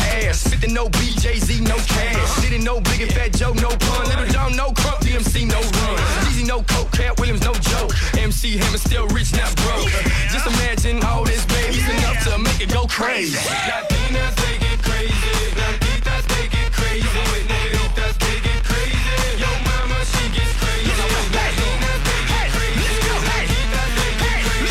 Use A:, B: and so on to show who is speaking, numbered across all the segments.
A: Nothing, no BJZ, no cash. Didn't know Big and Fat Joe, no pun. Little John, no crump. DMC, no run. Easy, no coke. Cat Williams, no joke. MC Hammer, still rich, not broke. Just imagine all this, baby. It's enough to make it go crazy. Latinas, they get crazy. Latinas, they get crazy. Negritas, they get crazy. Yo, mama, she gets crazy. Latinas, they get crazy. Latinas, they get crazy. Negritas, they get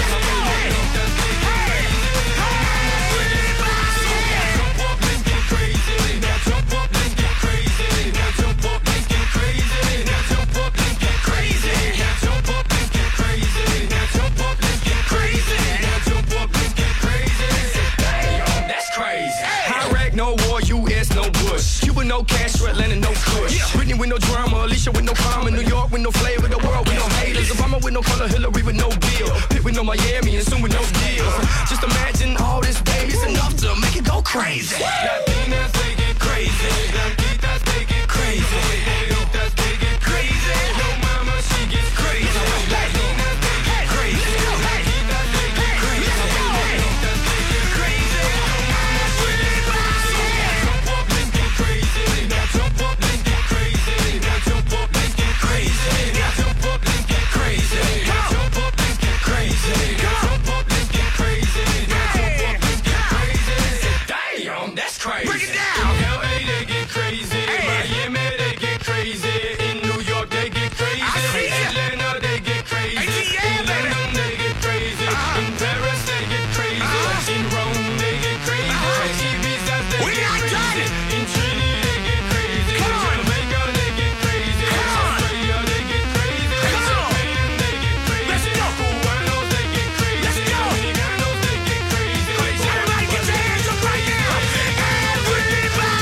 A: no war, U.S. no Bush. Cuba no cash, Atlanta no cush. Britney with no drama, Alicia with no drama, New York with no flavor, the world with no haters. Obama with no color, Hillary with no bill. Pitt with no Miami, and soon with no deal. Just imagine all this, baby, it's enough to make it go crazy. Latinas, they get crazy. Latinas, they get crazy. Negritas, they get crazy. Yo, mama, she gets crazy. Latinas, they get crazy. Latinas, they get crazy. Negritas, they get crazy. Yo, mama, she gets crazy. Now jump up, let's get crazy. Now jump up, let's get crazy. Now jump up, let's get crazy. Now jump up, let's get crazy. Now jump up, let's get crazy. Now jump up, let's get crazy. Now jump up, let's get crazy. Damn, that's crazy. Break it down. In LA, they get crazy. Miami, they get crazy. In New York, they get crazy. In Atlanta, they get crazy. In London, they get crazy.
B: Uh-huh.
A: In Paris, they get crazy. In Rome, they get crazy. In Ibiza, they
B: Uh-huh. We
A: get
B: not
A: crazy.
B: done.
A: In Trinity, they get crazy.
B: Come on.
A: Jamaica, they get crazy.
B: Come on.
A: Australia, they get crazy.
B: Come on.
A: Japan, they get crazy.
B: Let's go.
A: Cubanos, they get crazy.
B: Let's go.
A: Dominicanos, they get crazy.
B: Everybody get your hands up right now. Everybody,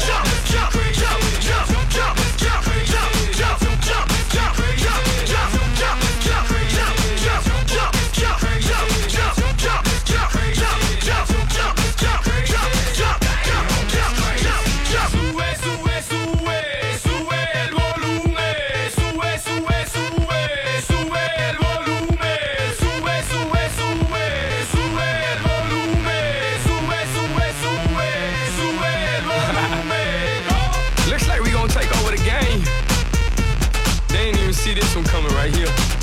B: jump, jump, jump, jump, jump, jump, jump, jump, jump, jump, jump, jump, jump, jump, jump, jump, jump, jump, jump, jump, jump, jump, jump, jump, jump, jump, jump, jump, jump, jump, jump.
A: Sube, sube, sube, sube el volumen, sube, sube, sube, sube el volumen, sube, sube, sube, sube el volumen, sube, sube, sube, sube el volumen. Looks like we gonna take over the game. They didn't even see this one coming right here.